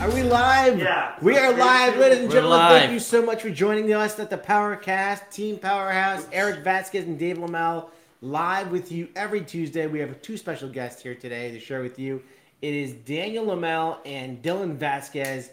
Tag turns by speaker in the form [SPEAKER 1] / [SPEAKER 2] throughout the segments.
[SPEAKER 1] Are we live?
[SPEAKER 2] Yeah.
[SPEAKER 1] We are live, ladies and
[SPEAKER 3] We're
[SPEAKER 1] gentlemen.
[SPEAKER 3] live.
[SPEAKER 1] Thank you so much for joining us at the Powercast, Team Powerhouse, Eric Vasquez and Dave Lamel, live with you every Tuesday. We have two special guests here today to share with you. It is Daniel Lamel and Dylan Vasquez,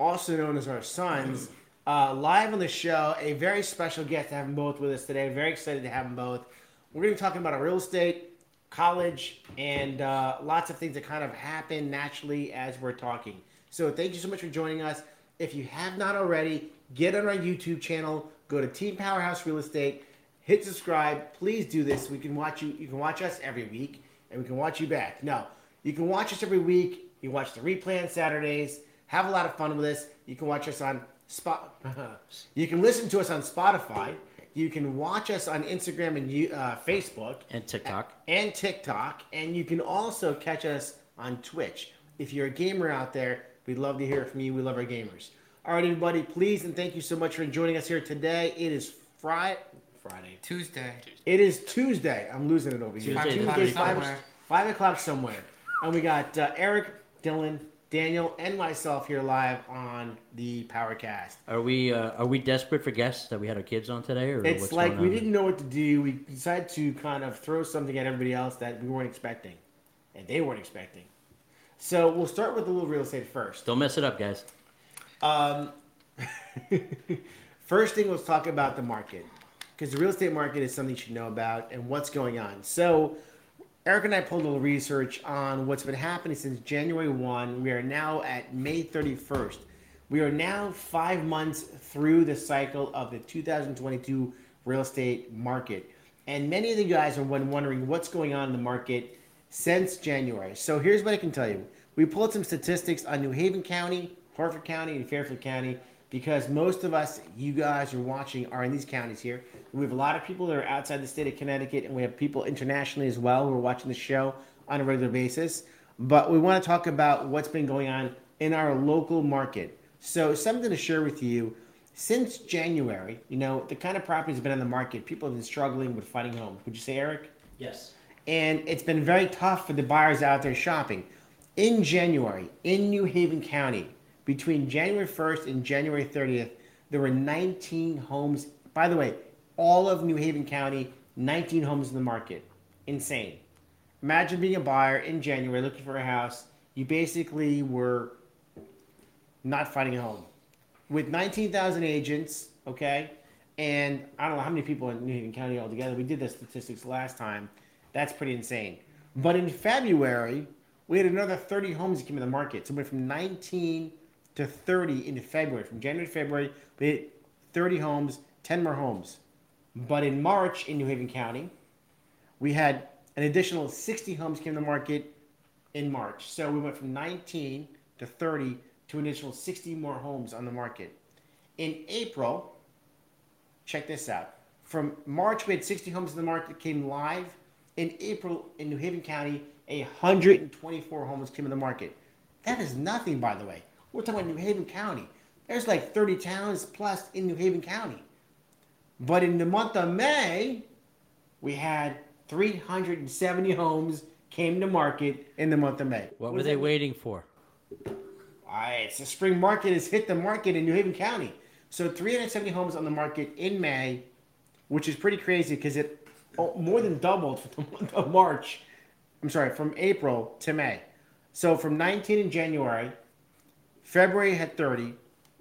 [SPEAKER 1] also known as our sons, uh, live on the show. A very special guest to have them both with us today. Very excited to have them both. We're going to be talking about our real estate, college, and uh, lots of things that kind of happen naturally as we're talking. So thank you so much for joining us. If you have not already, get on our YouTube channel. Go to Team Powerhouse Real Estate. Hit subscribe. Please do this. We can watch you. You can watch us every week, and we can watch you back. No, you can watch us every week. You watch the replay on Saturdays. Have a lot of fun with us. You can watch us on spot. you can listen to us on Spotify. You can watch us on Instagram and you, uh, Facebook
[SPEAKER 3] and TikTok.
[SPEAKER 1] and TikTok, and you can also catch us on Twitch. If you're a gamer out there, we'd love to hear from you. We love our gamers. All right, everybody, please and thank you so much for joining us here today. It is Friday. Friday.
[SPEAKER 4] Tuesday.
[SPEAKER 1] It is Tuesday. I'm losing it over here.
[SPEAKER 3] Tuesday,
[SPEAKER 1] Tuesday,
[SPEAKER 3] five
[SPEAKER 1] five,
[SPEAKER 4] somewhere.
[SPEAKER 1] five o'clock somewhere. And we got uh, Eric, Dylan, Daniel, and myself here live on the Powercast.
[SPEAKER 3] Are we uh, are we desperate for guests that we had our kids on today, or
[SPEAKER 1] It's
[SPEAKER 3] what's
[SPEAKER 1] like
[SPEAKER 3] going
[SPEAKER 1] we
[SPEAKER 3] on?
[SPEAKER 1] didn't know what to do. We decided to kind of throw something at everybody else that we weren't expecting, and they weren't expecting. So we'll start with a little real estate first.
[SPEAKER 3] Don't mess it up, guys.
[SPEAKER 1] Um, first thing, let's talk about the market because the real estate market is something you should know about and what's going on. So Eric and I pulled a little research on what's been happening since January 1. We are now at May 31st. We are now five months through the cycle of the 2022 real estate market. And many of you guys are when wondering what's going on in the market since January. So here's what I can tell you we pulled some statistics on New Haven County, Harford County, and Fairfield County because most of us, you guys are watching, are in these counties here. We have a lot of people that are outside the state of Connecticut, and we have people internationally as well who are watching the show on a regular basis. But we want to talk about what's been going on in our local market. So, something to share with you since January, you know, the kind of properties have been on the market, people have been struggling with finding homes. Would you say, Eric?
[SPEAKER 3] Yes.
[SPEAKER 1] and it's been very tough for the buyers out there shopping. In January, in New Haven County, between January 1st and January 30th, there were 19 homes. By the way, all of New Haven County, 19 homes in the market. Insane. Imagine being a buyer in January looking for a house. You basically were not finding a home with 19,000 agents, okay, and I don't know how many people in New Haven County altogether. We did the statistics last time. That's pretty insane. But in February, we had another 30 homes that came in the market. So we went from 19 to 30 in February. From January to February, we hit 30 homes, 10 more homes. But in March in New Haven County, we had an additional 60 homes came to market in March. So we went from 19 to 30 to an additional 60 more homes on the market. In April, check this out. From March, we had 60 homes in the market that came live. In April, in New Haven County, 124 homes came in the market. That is nothing, by the way. We're talking about New Haven County. There's like 30 towns plus in New Haven County. But in the month of May, we had 370 homes came to market in the month of May.
[SPEAKER 3] What,
[SPEAKER 1] does
[SPEAKER 3] were they
[SPEAKER 1] that mean?
[SPEAKER 3] waiting for?
[SPEAKER 1] Alright, it's the spring market has hit the market in New Haven County. So 370 homes on the market in May, which is pretty crazy because it oh, more than doubled from the month of March. I'm sorry, from April to May. So from 19 in January, February had 30,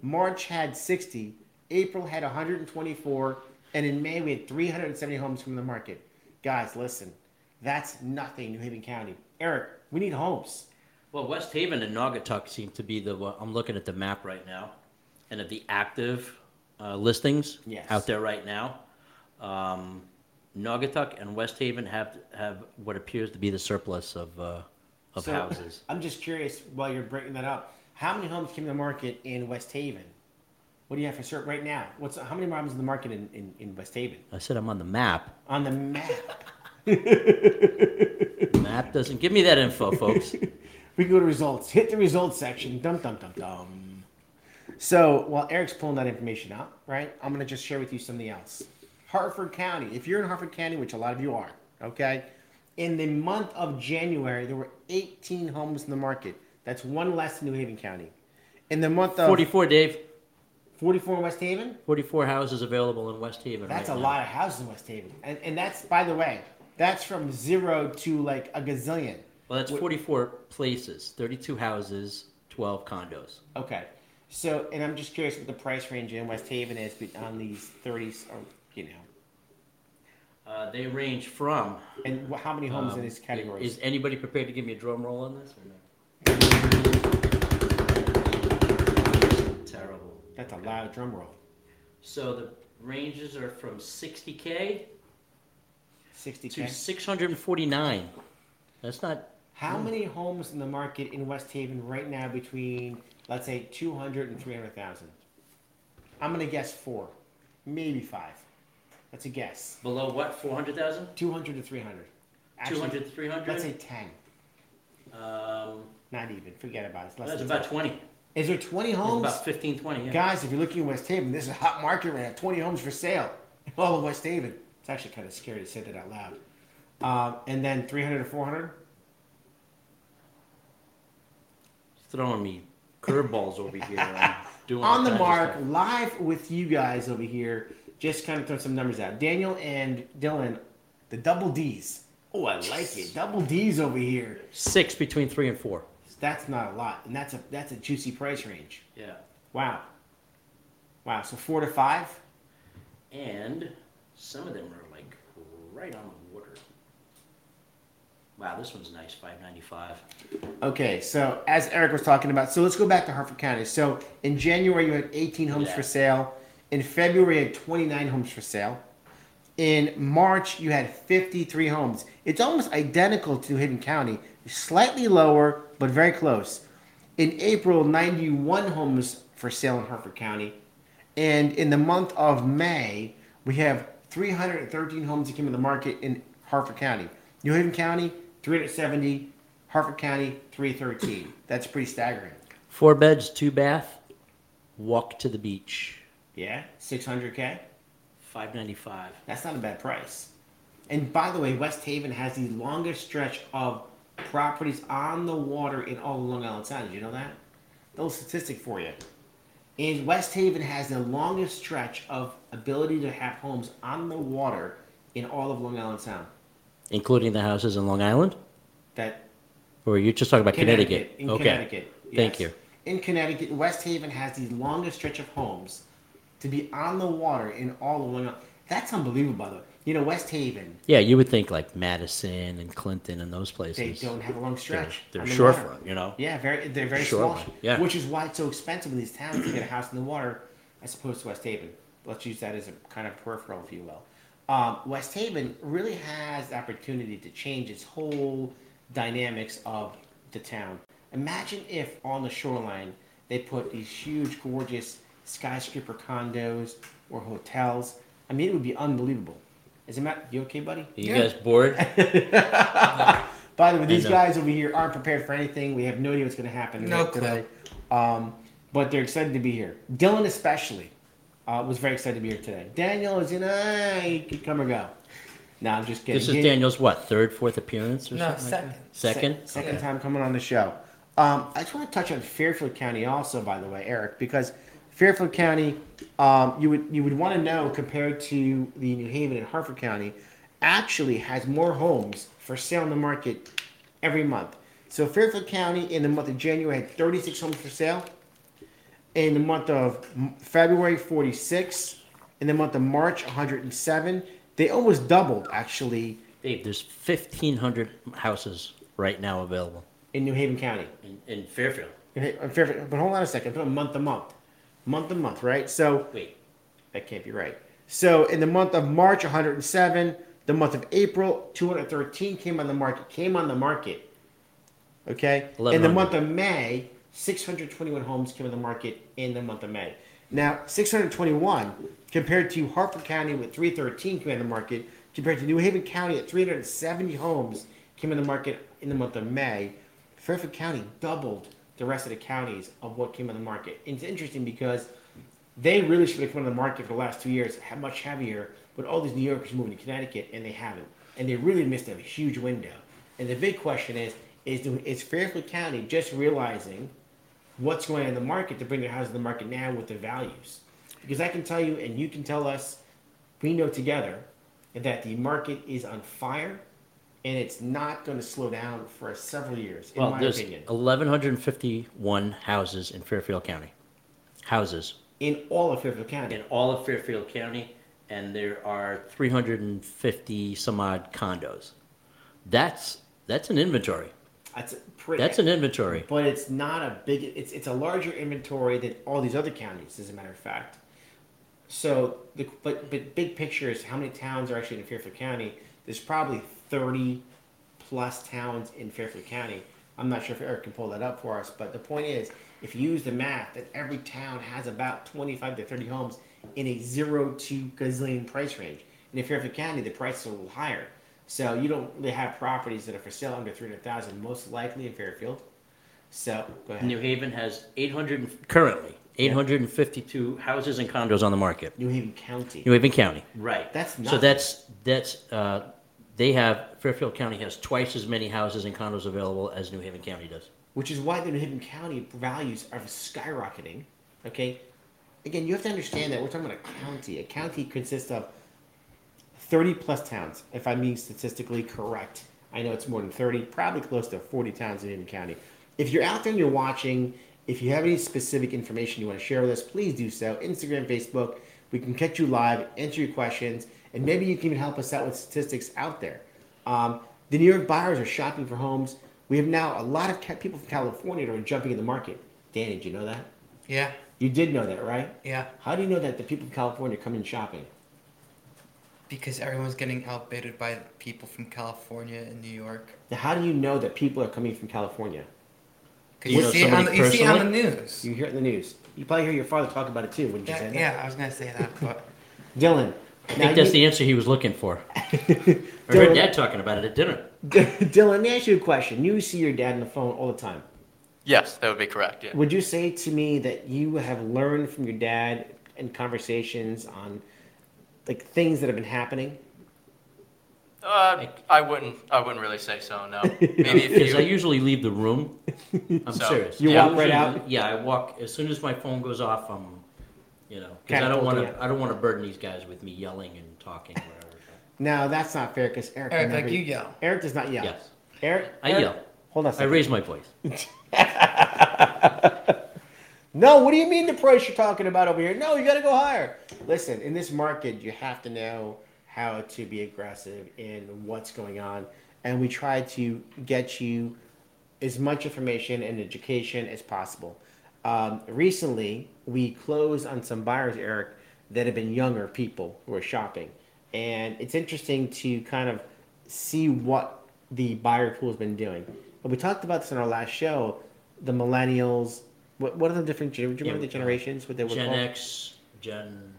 [SPEAKER 1] March had 60, April had 124, and in May we had 370 homes from the market. Guys, listen, that's nothing, New Haven County. Eric, we need homes.
[SPEAKER 3] Well, West Haven and Naugatuck seem to be the. Well, I'm looking at the map right now, and of the active uh, listings
[SPEAKER 1] Yes.
[SPEAKER 3] out there right now, um, Naugatuck and West Haven have have what appears to be the surplus of uh, of
[SPEAKER 1] So,
[SPEAKER 3] houses.
[SPEAKER 1] I'm just curious while you're breaking that up. How many homes came to the market in West Haven? What do you have for certain right now? What's how many homes in the market in, in, in West Haven?
[SPEAKER 3] I said I'm on the map.
[SPEAKER 1] On the map.
[SPEAKER 3] The map doesn't give me that info, folks.
[SPEAKER 1] We can go to results. Hit the results section. Dum dum dum dum. So while Eric's pulling that information up, right, I'm gonna just share with you something else. Hartford County. If you're in Hartford County, which a lot of you are, okay, in the month of January there were 18 homes in the market. That's one less than New Haven County. In the month of
[SPEAKER 3] 44, Dave.
[SPEAKER 1] 44 in West Haven,
[SPEAKER 3] 44 houses available in West Haven.
[SPEAKER 1] that's
[SPEAKER 3] right
[SPEAKER 1] a
[SPEAKER 3] now.
[SPEAKER 1] lot of houses in West Haven. And, and that's, by the way, that's from zero to like a gazillion.
[SPEAKER 3] Well, that's 44 places, 32 houses, 12 condos.
[SPEAKER 1] Okay. So, and I'm just curious what the price range in West Haven is be- on these 30s, or, you know,
[SPEAKER 3] Uh, they range from.
[SPEAKER 1] and wh- how many homes
[SPEAKER 3] um,
[SPEAKER 1] in these categories?
[SPEAKER 3] Is anybody prepared to give me a drum roll on this or no? Terrible.
[SPEAKER 1] that's a loud drum roll.
[SPEAKER 3] So the ranges are from 60K to
[SPEAKER 1] 60K.
[SPEAKER 3] 649. That's not.
[SPEAKER 1] How
[SPEAKER 3] hmm.
[SPEAKER 1] many homes in the market in West Haven right now between, let's say, 200 and 300,000? I'm going to guess four, maybe five. That's a guess.
[SPEAKER 3] Below what? 400,000?
[SPEAKER 1] 200 to 300. Actually,
[SPEAKER 3] 200, 300?
[SPEAKER 1] Let's say 10.
[SPEAKER 3] um,
[SPEAKER 1] Not even. Forget about it. It's less
[SPEAKER 3] that's
[SPEAKER 1] than
[SPEAKER 3] about
[SPEAKER 1] 10.
[SPEAKER 3] 20.
[SPEAKER 1] Is
[SPEAKER 3] It's
[SPEAKER 1] there 20 homes?
[SPEAKER 3] about 15, 20. Yeah.
[SPEAKER 1] Guys, if you're looking in West Haven, this is a hot market right now. 20 homes for sale. All of West Haven. It's actually kind of scary to say that out loud. Um, and then 300 to 400?
[SPEAKER 3] throwing me curveballs over here. and doing all
[SPEAKER 1] on the
[SPEAKER 3] kinds of
[SPEAKER 1] mark,
[SPEAKER 3] stuff.
[SPEAKER 1] live with you guys over here. Just kind of throw some numbers out. Daniel and Dylan, the double D's. Oh, I like it. Double D's over here.
[SPEAKER 3] Six between three and four.
[SPEAKER 1] That's not a lot, and that's a that's a juicy price range.
[SPEAKER 3] Yeah.
[SPEAKER 1] Wow. Wow. So four to five.
[SPEAKER 3] And some of them are like right on the water. Wow, this one's nice, five ninety-five.
[SPEAKER 1] Okay. So as Eric was talking about, so let's go back to Hartford County. So in January you had 18 homes
[SPEAKER 3] Yeah.
[SPEAKER 1] for sale. In February you had 29 homes for sale. In March, you had 53 homes. It's almost identical to Hidden County, slightly lower, but very close. In April, 91 homes for sale in Hartford County. And in the month of May, we have 313 homes that came to the market in Hartford County. New Haven County, 370. Hartford County, 313. That's pretty staggering.
[SPEAKER 3] Four beds, two bath, walk to the beach.
[SPEAKER 1] Yeah, 600K.
[SPEAKER 3] Five ninety-five.
[SPEAKER 1] That's not a bad price. And by the way, West Haven has the longest stretch of properties on the water in all of Long Island Sound. Did you know that? Little statistic for you. And West Haven has the longest stretch of ability to have homes on the water in all of Long Island Sound.
[SPEAKER 3] Including the houses in Long Island?
[SPEAKER 1] That
[SPEAKER 3] Or are you just talking about Connecticut?
[SPEAKER 1] In
[SPEAKER 3] okay.
[SPEAKER 1] Connecticut.
[SPEAKER 3] Thank
[SPEAKER 1] yes.
[SPEAKER 3] you.
[SPEAKER 1] In Connecticut, West Haven has the longest stretch of homes to be on the water in all of Long Island. That's unbelievable, by the way. You know, West Haven,
[SPEAKER 3] Yeah, you would think like Madison and Clinton and those places.
[SPEAKER 1] they don't have a long stretch.
[SPEAKER 3] They're,
[SPEAKER 1] on
[SPEAKER 3] they're
[SPEAKER 1] the water.
[SPEAKER 3] shorefront, you know?
[SPEAKER 1] Yeah, very. They're very
[SPEAKER 3] Sure,
[SPEAKER 1] small.
[SPEAKER 3] man. Yeah.
[SPEAKER 1] Which is why it's so expensive in these towns to get a house in the water, as opposed to West Haven. Let's use that as a kind of peripheral, if you will. Um, West Haven really has the opportunity to change its whole dynamics of the town. Imagine if on the shoreline they put these huge, gorgeous skyscraper condos or hotels. I mean, it would be unbelievable. Is it Matt? You okay, buddy?
[SPEAKER 3] You guys bored?
[SPEAKER 1] By the way, these
[SPEAKER 3] know.
[SPEAKER 1] guys over here aren't prepared for anything. We have no idea what's going to happen
[SPEAKER 2] No
[SPEAKER 1] today. Um, but they're excited to be here. Dylan, especially, uh, was very excited to be here today. Daniel is in, ah, he could come or go. No, I'm just kidding.
[SPEAKER 3] This is
[SPEAKER 1] He-
[SPEAKER 3] Daniel's what third, fourth appearance or
[SPEAKER 2] No,
[SPEAKER 3] something like that?
[SPEAKER 2] second.
[SPEAKER 3] Second.
[SPEAKER 1] Second
[SPEAKER 2] Okay.
[SPEAKER 1] time coming on the show. Um, I just want to touch on Fairfield County also, by the way, Eric, because Fairfield County, um, you would you would want to know compared to the New Haven and Hartford County, actually has more homes for sale in the market every month. So Fairfield County in the month of January had 36 homes for sale. In the month of M- February, 46. In the month of March, 107. They almost doubled actually
[SPEAKER 3] Dave, there's fifteen hundred houses right now available
[SPEAKER 1] in New Haven County.
[SPEAKER 3] in, in Fairfield.
[SPEAKER 1] Okay, uh, fair- But hold on a second. Put a month to month, month to month, right? So
[SPEAKER 3] Wait,
[SPEAKER 1] that can't be right. So in the month of March, 107. The month of April, 213 came on the market. Came on the market. Okay. In the
[SPEAKER 3] 1100.
[SPEAKER 1] month of May, 621 homes came on the market in the month of May. Now 621 compared to Hartford County with 313 came on the market. Compared to New Haven County at 370 homes came on the market in the month of May. Fairfield County doubled the rest of the counties of what came on the market. And it's interesting because they really should have come on the market for the last two years, ha- much heavier, but all these New Yorkers moving to Connecticut and they haven't. And they really missed a huge window. And the big question is, is, is Fairfield County just realizing what's going on in the market to bring their house to the market now with the values. Because I can tell you, and you can tell us, we know together that the market is on fire and it's not going to slow down for several years, in
[SPEAKER 3] Well,
[SPEAKER 1] my
[SPEAKER 3] there's
[SPEAKER 1] opinion,
[SPEAKER 3] 1,151 houses in Fairfield County. Houses
[SPEAKER 1] in all of Fairfield County.
[SPEAKER 3] in all of Fairfield County, and there are 350 some odd condos. That's that's an inventory.
[SPEAKER 1] That's a pretty.
[SPEAKER 3] That's an inventory.
[SPEAKER 1] but it's not a big it's it's a larger inventory than all these other counties as a matter of fact so the but but big picture is how many towns are actually in fairfield county there's probably 30 plus towns in fairfield county i'm not sure if eric can pull that up for us but the point is if you use the math that every town has about 25 to 30 homes in a zero to gazillion price range and in fairfield county the price is a little higher so you don't really have properties that are for sale under 300000 most likely in fairfield so go ahead.
[SPEAKER 3] New Haven has 800 and- currently 852 houses and condos on the market.
[SPEAKER 1] New Haven County.
[SPEAKER 3] New Haven County. Right.
[SPEAKER 1] That's
[SPEAKER 3] so.
[SPEAKER 1] nothing.
[SPEAKER 3] That's that's uh, they have Fairfield County has twice as many houses and condos available as New Haven County does.
[SPEAKER 1] which is why the New Haven County values are skyrocketing. Okay, again, you have to understand that we're talking about a county. A county consists of thirty plus towns, if I'm being statistically correct. I know it's more than thirty, probably close to forty towns in New Haven County. If you're out there and you're watching, if you have any specific information you want to share with us, please do so. Instagram, Facebook, we can catch you live, answer your questions, and maybe you can even help us out with statistics out there. Um, the New York buyers are shopping for homes. We have now a lot of ca- people from California that are jumping in the market. Dan, did you know that?
[SPEAKER 2] Yeah,
[SPEAKER 1] You did know that, right?
[SPEAKER 2] yeah.
[SPEAKER 1] How do you know that the people from California come in shopping?
[SPEAKER 2] Because everyone's getting outbidded by people from California and New York.
[SPEAKER 1] Now, how do you know that people are coming from California?
[SPEAKER 2] Cause
[SPEAKER 3] You
[SPEAKER 2] you,
[SPEAKER 3] know
[SPEAKER 2] see it on the,
[SPEAKER 3] somebody
[SPEAKER 2] you see it on the
[SPEAKER 3] personally?
[SPEAKER 2] news.
[SPEAKER 1] You hear it in the news. You probably hear your father talk about it too, wouldn't you
[SPEAKER 2] That-
[SPEAKER 1] say that?
[SPEAKER 2] yeah, I was gonna say that, but
[SPEAKER 1] Dylan.
[SPEAKER 3] I think that's the answer he was looking for. I
[SPEAKER 1] Don't-
[SPEAKER 3] heard Dad talking about it at dinner.
[SPEAKER 1] Dylan, let me ask you a question. You see your dad on the phone all the time.
[SPEAKER 4] Yes, that would be correct. Yeah.
[SPEAKER 1] Would you say to me that you have learned from your dad in conversations on like things that have been happening?
[SPEAKER 4] Uh, I wouldn't. I wouldn't really say so. No. Maybe if
[SPEAKER 3] Because I
[SPEAKER 4] you.
[SPEAKER 3] usually leave the room. I'm
[SPEAKER 4] So,
[SPEAKER 3] serious.
[SPEAKER 1] you
[SPEAKER 3] Yeah,
[SPEAKER 1] walk right
[SPEAKER 3] usually-
[SPEAKER 1] out?
[SPEAKER 3] Yeah, I walk as soon as my phone goes off. I'm, you know, because I
[SPEAKER 1] Catapult
[SPEAKER 3] don't want
[SPEAKER 1] you out.
[SPEAKER 3] to. I don't want to burden these guys with me yelling and talking. Whatever.
[SPEAKER 1] No, that's not fair because Eric.
[SPEAKER 2] Eric,
[SPEAKER 1] never-
[SPEAKER 2] like you yell.
[SPEAKER 1] Eric does not yell.
[SPEAKER 3] Yes.
[SPEAKER 1] Eric.
[SPEAKER 3] I
[SPEAKER 1] Eric-
[SPEAKER 3] yell.
[SPEAKER 1] Hold on. A
[SPEAKER 3] I
[SPEAKER 1] second.
[SPEAKER 3] raise my voice.
[SPEAKER 1] No, what do you mean the price you're talking about over here? No, you got to go higher. Listen, in this market, you have to know how to be aggressive in what's going on. And we try to get you as much information and education as possible. Um, recently, we closed on some buyers, Eric, that have been younger people who are shopping. And it's interesting to kind of see what the buyer pool has been doing. And we talked about this in our last show the millennials. What, what are the different gen- do you remember
[SPEAKER 3] Yeah,
[SPEAKER 1] the generations? What they were
[SPEAKER 3] Gen
[SPEAKER 1] called?
[SPEAKER 3] X, Gen.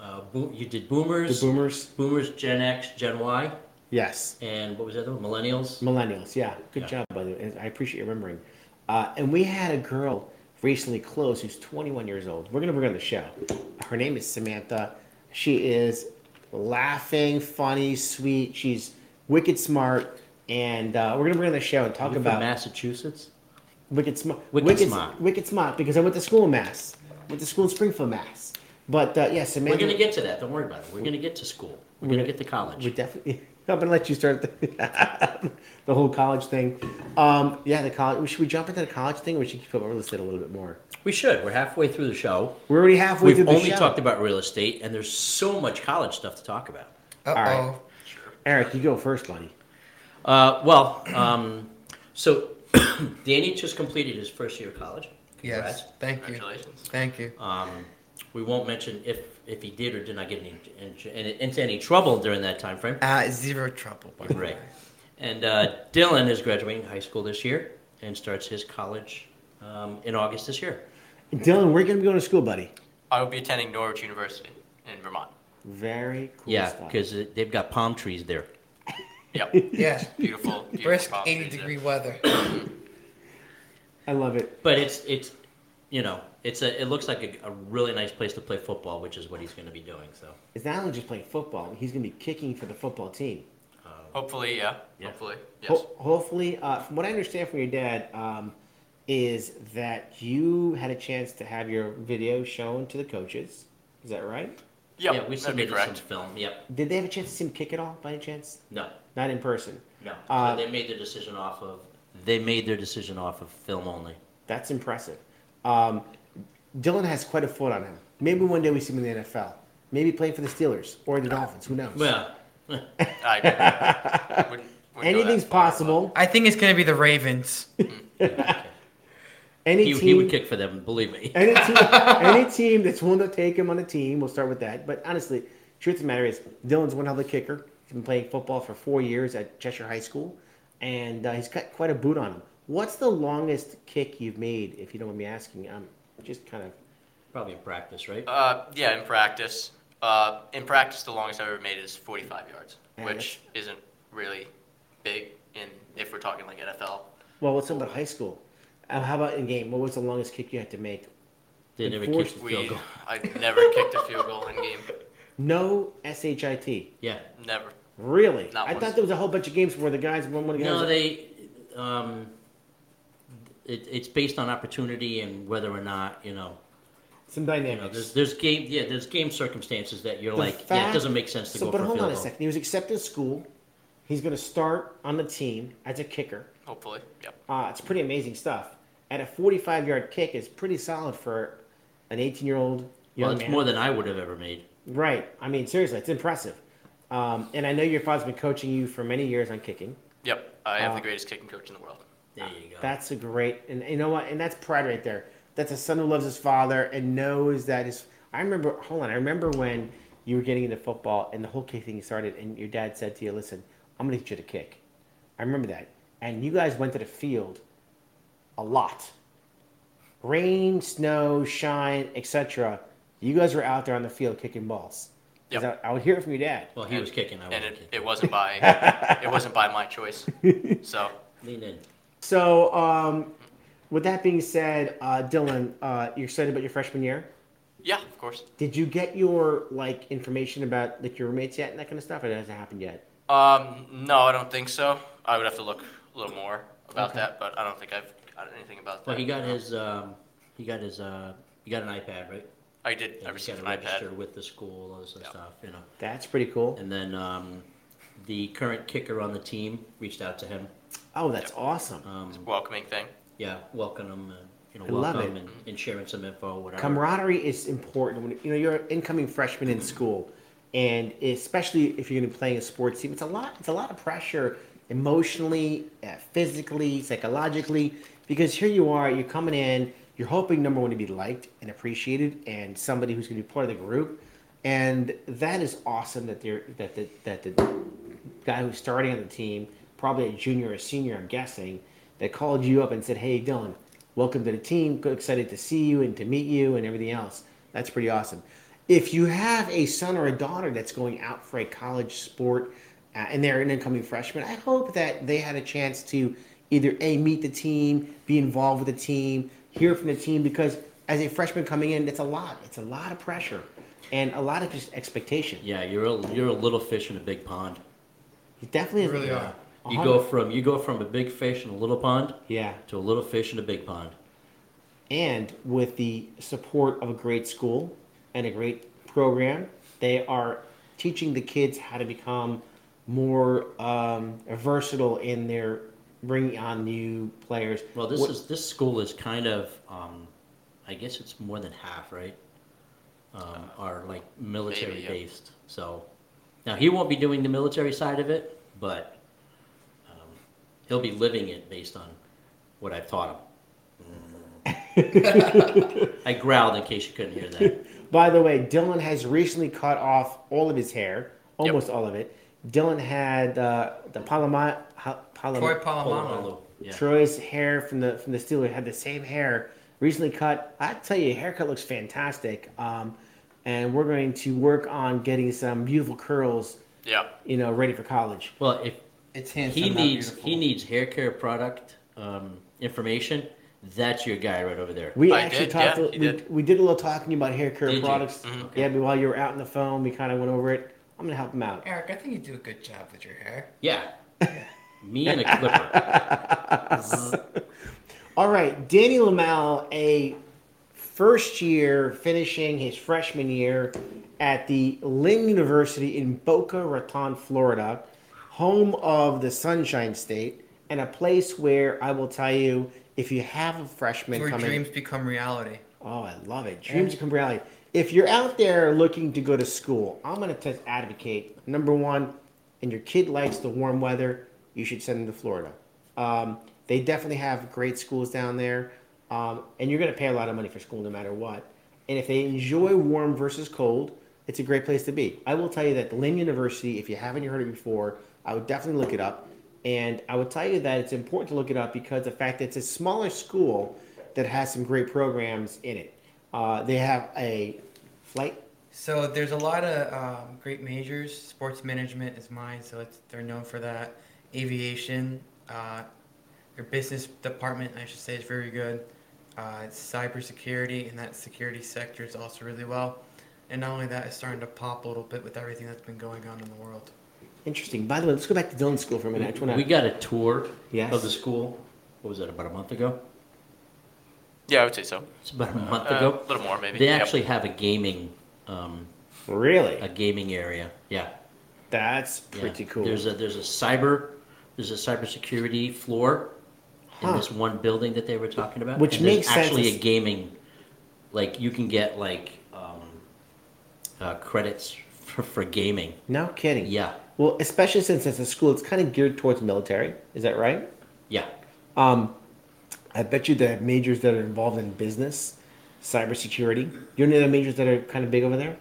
[SPEAKER 3] Uh, boom, you did boomers,
[SPEAKER 1] The boomers.
[SPEAKER 3] boomers, Gen X, Gen Y,
[SPEAKER 1] Yes.
[SPEAKER 3] and what was the other one? Millennials.
[SPEAKER 1] Millennials, yeah. Good
[SPEAKER 3] Yeah.
[SPEAKER 1] job, by the way. and I appreciate you remembering. Uh, and we had a girl recently close who's 21 years old. We're going to bring her on the show. Her name is Samantha. She is laughing, funny, sweet. She's wicked smart. And uh, we're going to bring her on the show and talk
[SPEAKER 3] You're from
[SPEAKER 1] about
[SPEAKER 3] Massachusetts.
[SPEAKER 1] wicked smart.
[SPEAKER 3] Wicked
[SPEAKER 1] wicked
[SPEAKER 3] smart.
[SPEAKER 1] Wicked smart because I went to school in Mass. Went to school in Springfield, Mass. But uh, yeah, Samantha.
[SPEAKER 3] We're gonna get to that. Don't worry about it. We're gonna get to school. We're gonna get to college.
[SPEAKER 1] We definitely. I'm gonna let you start the, the whole college thing. Um, yeah, the college. Should we jump into the college thing, or should we keep up with it a little bit more?
[SPEAKER 3] We should. We're halfway through the show.
[SPEAKER 1] We're already halfway
[SPEAKER 3] We've
[SPEAKER 1] through the
[SPEAKER 3] only
[SPEAKER 1] show.
[SPEAKER 3] talked about real estate, and there's so much college stuff to talk about.
[SPEAKER 2] Uh
[SPEAKER 1] right.
[SPEAKER 2] oh.
[SPEAKER 1] Eric, you go first, buddy.
[SPEAKER 3] Uh, well, um, so Danny just completed his first year of college.
[SPEAKER 2] Yes. Thank you.
[SPEAKER 4] Congratulations.
[SPEAKER 2] Thank you.
[SPEAKER 3] Um, we won't mention if if he did or did not get any, in- in- into any trouble during that time frame.
[SPEAKER 2] Uh, zero trouble. By the
[SPEAKER 3] Right.
[SPEAKER 2] way.
[SPEAKER 3] And uh, Dylan is graduating high school this year and starts his college um, in August this year.
[SPEAKER 1] Dylan, where are you gonna be going to school, buddy?
[SPEAKER 4] I will be attending Norwich University in Vermont.
[SPEAKER 1] Very cool.
[SPEAKER 3] yeah,
[SPEAKER 1] stuff.
[SPEAKER 3] because they've got palm trees there.
[SPEAKER 4] Yep.
[SPEAKER 2] Yeah.
[SPEAKER 4] Beautiful. beautiful
[SPEAKER 2] Brisk
[SPEAKER 4] palm trees
[SPEAKER 2] 80
[SPEAKER 4] there.
[SPEAKER 2] degree weather.
[SPEAKER 1] I love it.
[SPEAKER 3] But it's it's you know it's a it looks like a, a really nice place to play football, which is what he's going to be doing. So
[SPEAKER 1] It's not only just playing football; he's gonna be kicking for the football team.
[SPEAKER 4] Hopefully, yeah.
[SPEAKER 3] Yeah.
[SPEAKER 4] Hopefully, yes.
[SPEAKER 1] Ho- hopefully, uh, from what I understand from your dad, um, is that you had a chance to have your video shown to the coaches. Is that right?
[SPEAKER 4] Yep,
[SPEAKER 3] yeah, we
[SPEAKER 4] that'd be
[SPEAKER 3] submitted some
[SPEAKER 4] correct.
[SPEAKER 3] film. Yep.
[SPEAKER 1] Did they have a chance to see him kick at all by any chance?
[SPEAKER 3] No,
[SPEAKER 1] Not in person.
[SPEAKER 3] no.
[SPEAKER 1] Uh,
[SPEAKER 3] so they made their decision off of. They made their decision off of film only.
[SPEAKER 1] That's impressive. Um, Dylan has quite a foot on him. Maybe one day we see him in the NFL. Maybe playing for the Steelers or the Dolphins. Who knows?
[SPEAKER 3] Well,
[SPEAKER 4] I wouldn't- wouldn't go that
[SPEAKER 1] anything's
[SPEAKER 4] far, but-
[SPEAKER 1] possible.
[SPEAKER 2] I think it's gonna be the Ravens.
[SPEAKER 1] Any
[SPEAKER 3] he,
[SPEAKER 1] team,
[SPEAKER 3] he would kick for them. Believe me.
[SPEAKER 1] any team, any team that's willing to take him on a team, we'll start with that. But honestly, truth of the matter is, Dylan's one hell of a kicker. He's been playing football for four years at Cheshire High School, and uh, he's got quite a boot on him. What's the longest kick you've made, if you don't mind me asking? I'm just kind of
[SPEAKER 3] Probably in practice, right?
[SPEAKER 4] Uh, yeah, in practice. Uh, in practice, the longest I've ever made is 45 yards,
[SPEAKER 1] Yeah,
[SPEAKER 4] which isn't really big in if we're talking like NFL.
[SPEAKER 1] well. What's about high school? Uh, how about in game? What was the longest kick you had to make?
[SPEAKER 3] They never kicked the field
[SPEAKER 4] We,
[SPEAKER 3] goal.
[SPEAKER 4] I never kicked a field goal in game.
[SPEAKER 1] No shit.
[SPEAKER 3] Yeah.
[SPEAKER 4] Never.
[SPEAKER 1] Really?
[SPEAKER 4] Not
[SPEAKER 1] I
[SPEAKER 4] once.
[SPEAKER 1] thought there was a whole bunch of games where the guys one of the guys.
[SPEAKER 3] No, they. Um, it, it's based on opportunity and whether or not you know.
[SPEAKER 1] some
[SPEAKER 3] You know, there's
[SPEAKER 1] dynamics.
[SPEAKER 3] there's game yeah there's game circumstances that you're
[SPEAKER 1] The
[SPEAKER 3] like yeah it
[SPEAKER 1] fact-
[SPEAKER 3] doesn't make sense to
[SPEAKER 1] so,
[SPEAKER 3] go
[SPEAKER 1] but
[SPEAKER 3] for a
[SPEAKER 1] hold
[SPEAKER 3] field
[SPEAKER 1] on a
[SPEAKER 3] goal.
[SPEAKER 1] second. He was accepted to school. He's going to start on the team as a kicker.
[SPEAKER 4] Hopefully. Yep.
[SPEAKER 1] Uh, it's pretty amazing stuff. At a 45 yard kick is pretty solid for an 18 year old young
[SPEAKER 3] Well, it's
[SPEAKER 1] man.
[SPEAKER 3] more than I would have ever made.
[SPEAKER 1] right. I mean, seriously, it's impressive. Um, and I know your father's been coaching you for many years on kicking.
[SPEAKER 4] Yep. I am
[SPEAKER 1] Uh,
[SPEAKER 4] the greatest kicking coach in the world.
[SPEAKER 3] There you go.
[SPEAKER 1] That's a great, and you know what? And that's pride right there. That's a son who loves his father and knows that his. I remember, hold on, I remember when you were getting into football and the whole kick thing started, and your dad said to you, "Listen, I'm going to teach you to kick." I remember that, and you guys went to the field a lot. Rain, snow, shine, etc. You guys were out there on the field kicking balls. 'Cause
[SPEAKER 4] Yep.
[SPEAKER 1] I, I would hear it from your dad.
[SPEAKER 3] well, he was kicking. I
[SPEAKER 4] And
[SPEAKER 3] wasn't
[SPEAKER 4] it,
[SPEAKER 3] kicking.
[SPEAKER 4] it wasn't by it wasn't by my choice. So
[SPEAKER 3] Lean in.
[SPEAKER 1] So, um, with that being said, uh, Dylan, uh, you're excited about your freshman year.
[SPEAKER 4] yeah, of course.
[SPEAKER 1] Did you get your like information about like your roommates yet and that kind of stuff? Or that hasn't happened yet.
[SPEAKER 4] Um, no, I don't think so. I would have to look a little more about that, but I don't think I've got anything about that.
[SPEAKER 3] Well, he got his. Um, he got his. Uh, he got an iPad, right?
[SPEAKER 4] I did. I
[SPEAKER 3] Yeah, he's
[SPEAKER 4] received an
[SPEAKER 3] gotta register
[SPEAKER 4] iPad.
[SPEAKER 3] with the school, all this other stuff, you know.
[SPEAKER 1] That's pretty cool.
[SPEAKER 3] And then um, the current kicker on the team reached out to him.
[SPEAKER 1] Oh, that's awesome.
[SPEAKER 3] Um,
[SPEAKER 4] Welcoming thing.
[SPEAKER 3] yeah, welcome him, uh, you know,
[SPEAKER 1] I love
[SPEAKER 3] welcome
[SPEAKER 1] it.
[SPEAKER 3] and, and sharing some info, whatever.
[SPEAKER 1] Camaraderie is important. When, you know, you're an incoming freshman in school, and especially if you're going to be playing a sports team, it's a lot. It's a lot of pressure emotionally, uh, physically, psychologically, because here you are, you're coming in, you're hoping number one to be liked and appreciated, and somebody who's going to be part of the group, and that is awesome that they're that the, that the guy who's starting on the team, probably a junior or senior, I'm guessing, that called you up and said, "Hey, Dylan, welcome to the team. Good, excited to see you and to meet you and everything else." That's pretty awesome. If you have a son or a daughter that's going out for a college sport uh, and they're an incoming freshman, I hope that they had a chance to either a meet the team, be involved with the team, hear from the team because as a freshman coming in, it's a lot. It's a lot of pressure and a lot of just expectation.
[SPEAKER 3] Yeah, you're a, you're a little fish in a big pond.
[SPEAKER 1] You definitely
[SPEAKER 2] You really are.
[SPEAKER 1] Uh-huh.
[SPEAKER 3] You go from you go from a big fish in a little pond
[SPEAKER 1] Yeah.
[SPEAKER 3] to a little fish in a big pond.
[SPEAKER 1] and with the support of a great school and a great program, they are teaching the kids how to become more um, versatile in their bringing on new players.
[SPEAKER 3] Well, this
[SPEAKER 1] What-
[SPEAKER 3] is this school is kind of, um, I guess it's more than half, right? Um, are like military
[SPEAKER 4] Uh, maybe, yeah.
[SPEAKER 3] based. So now he won't be doing the military side of it, but um, he'll be living it based on what I've taught him. I growled in case you couldn't hear that.
[SPEAKER 1] By the way, Dylan has recently cut off all of his hair, almost all of it. Dylan had uh, the Palama, ha, Palama,
[SPEAKER 2] Troy Polamalu.
[SPEAKER 3] Yeah.
[SPEAKER 1] Troy's hair from the from the Steelers had the same hair recently cut. I tell you, haircut looks fantastic. Um, and we're going to work on getting some beautiful curls,
[SPEAKER 4] Yeah.
[SPEAKER 1] you know, ready for college.
[SPEAKER 3] Well, if
[SPEAKER 2] It's handsome.
[SPEAKER 3] he
[SPEAKER 2] not
[SPEAKER 3] needs
[SPEAKER 2] beautiful.
[SPEAKER 3] he needs hair care product um, information, that's your guy right over there.
[SPEAKER 1] We
[SPEAKER 4] I
[SPEAKER 1] actually
[SPEAKER 4] did,
[SPEAKER 1] talked.
[SPEAKER 4] yeah,
[SPEAKER 1] a-
[SPEAKER 4] you
[SPEAKER 1] we,
[SPEAKER 4] did.
[SPEAKER 1] we did a little talking about hair care
[SPEAKER 3] Did you?
[SPEAKER 1] products.
[SPEAKER 4] Mhm.
[SPEAKER 1] Yeah, but while you were out on the phone, we kind of went over it. I'm gonna help him out.
[SPEAKER 2] Eric, I think you do a good job with your hair.
[SPEAKER 3] Yeah. Me and a clipper.
[SPEAKER 1] All right, Danny Lamel, a first year finishing his freshman year at the Lynn University in Boca Raton, Florida, home of the Sunshine State, and a place where I will tell you if you have a freshman
[SPEAKER 2] Where
[SPEAKER 1] coming.
[SPEAKER 2] dreams become reality.
[SPEAKER 1] Oh, I love it. Dreams come reality. If you're out there looking to go to school, I'm going to test advocate. Number one, and your kid likes the warm weather, you should send them to Florida. Um, they definitely have great schools down there, um, and you're going to pay a lot of money for school no matter what. And if they enjoy warm versus cold, it's a great place to be. I will tell you that Lynn University, if you haven't heard it before, I would definitely look it up. And I would tell you that it's important to look it up because the fact that it's a smaller school that has some great programs in it. Uh, they have a flight.
[SPEAKER 2] So there's a lot of um, great majors. Sports management is mine, so it's, they're known for that. Aviation, uh, your business department, I should say, is very good. Uh, cybersecurity and that security sector is also really well. And not only that, it's starting to pop a little bit with everything that's been going on in the world.
[SPEAKER 1] Interesting. By the way, let's go back to Dylan's school for a minute. I just wanna-
[SPEAKER 3] We got a tour
[SPEAKER 1] Yes.
[SPEAKER 3] of the school. What was that, about a month ago?
[SPEAKER 4] Yeah, I would say so.
[SPEAKER 3] It's about a month
[SPEAKER 4] Uh, A
[SPEAKER 3] ago.
[SPEAKER 4] little more, maybe.
[SPEAKER 3] They
[SPEAKER 4] Yep.
[SPEAKER 3] actually have a gaming, um,
[SPEAKER 1] really?
[SPEAKER 3] a gaming area. Yeah.
[SPEAKER 1] That's
[SPEAKER 3] yeah.
[SPEAKER 1] pretty cool.
[SPEAKER 3] There's a there's a cyber there's a cybersecurity floor
[SPEAKER 1] Huh.
[SPEAKER 3] in this one building that they were talking about.
[SPEAKER 1] Which
[SPEAKER 3] and there's
[SPEAKER 1] makes sense.
[SPEAKER 3] actually a gaming, like you can get like um, uh, credits for, for gaming.
[SPEAKER 1] no kidding.
[SPEAKER 3] Yeah.
[SPEAKER 1] Well, especially since it's a school, it's kind of geared towards military. Is that right?
[SPEAKER 3] Yeah.
[SPEAKER 1] Um, I bet you the majors that are involved in business, cybersecurity. You know the other majors that are kind of big over there?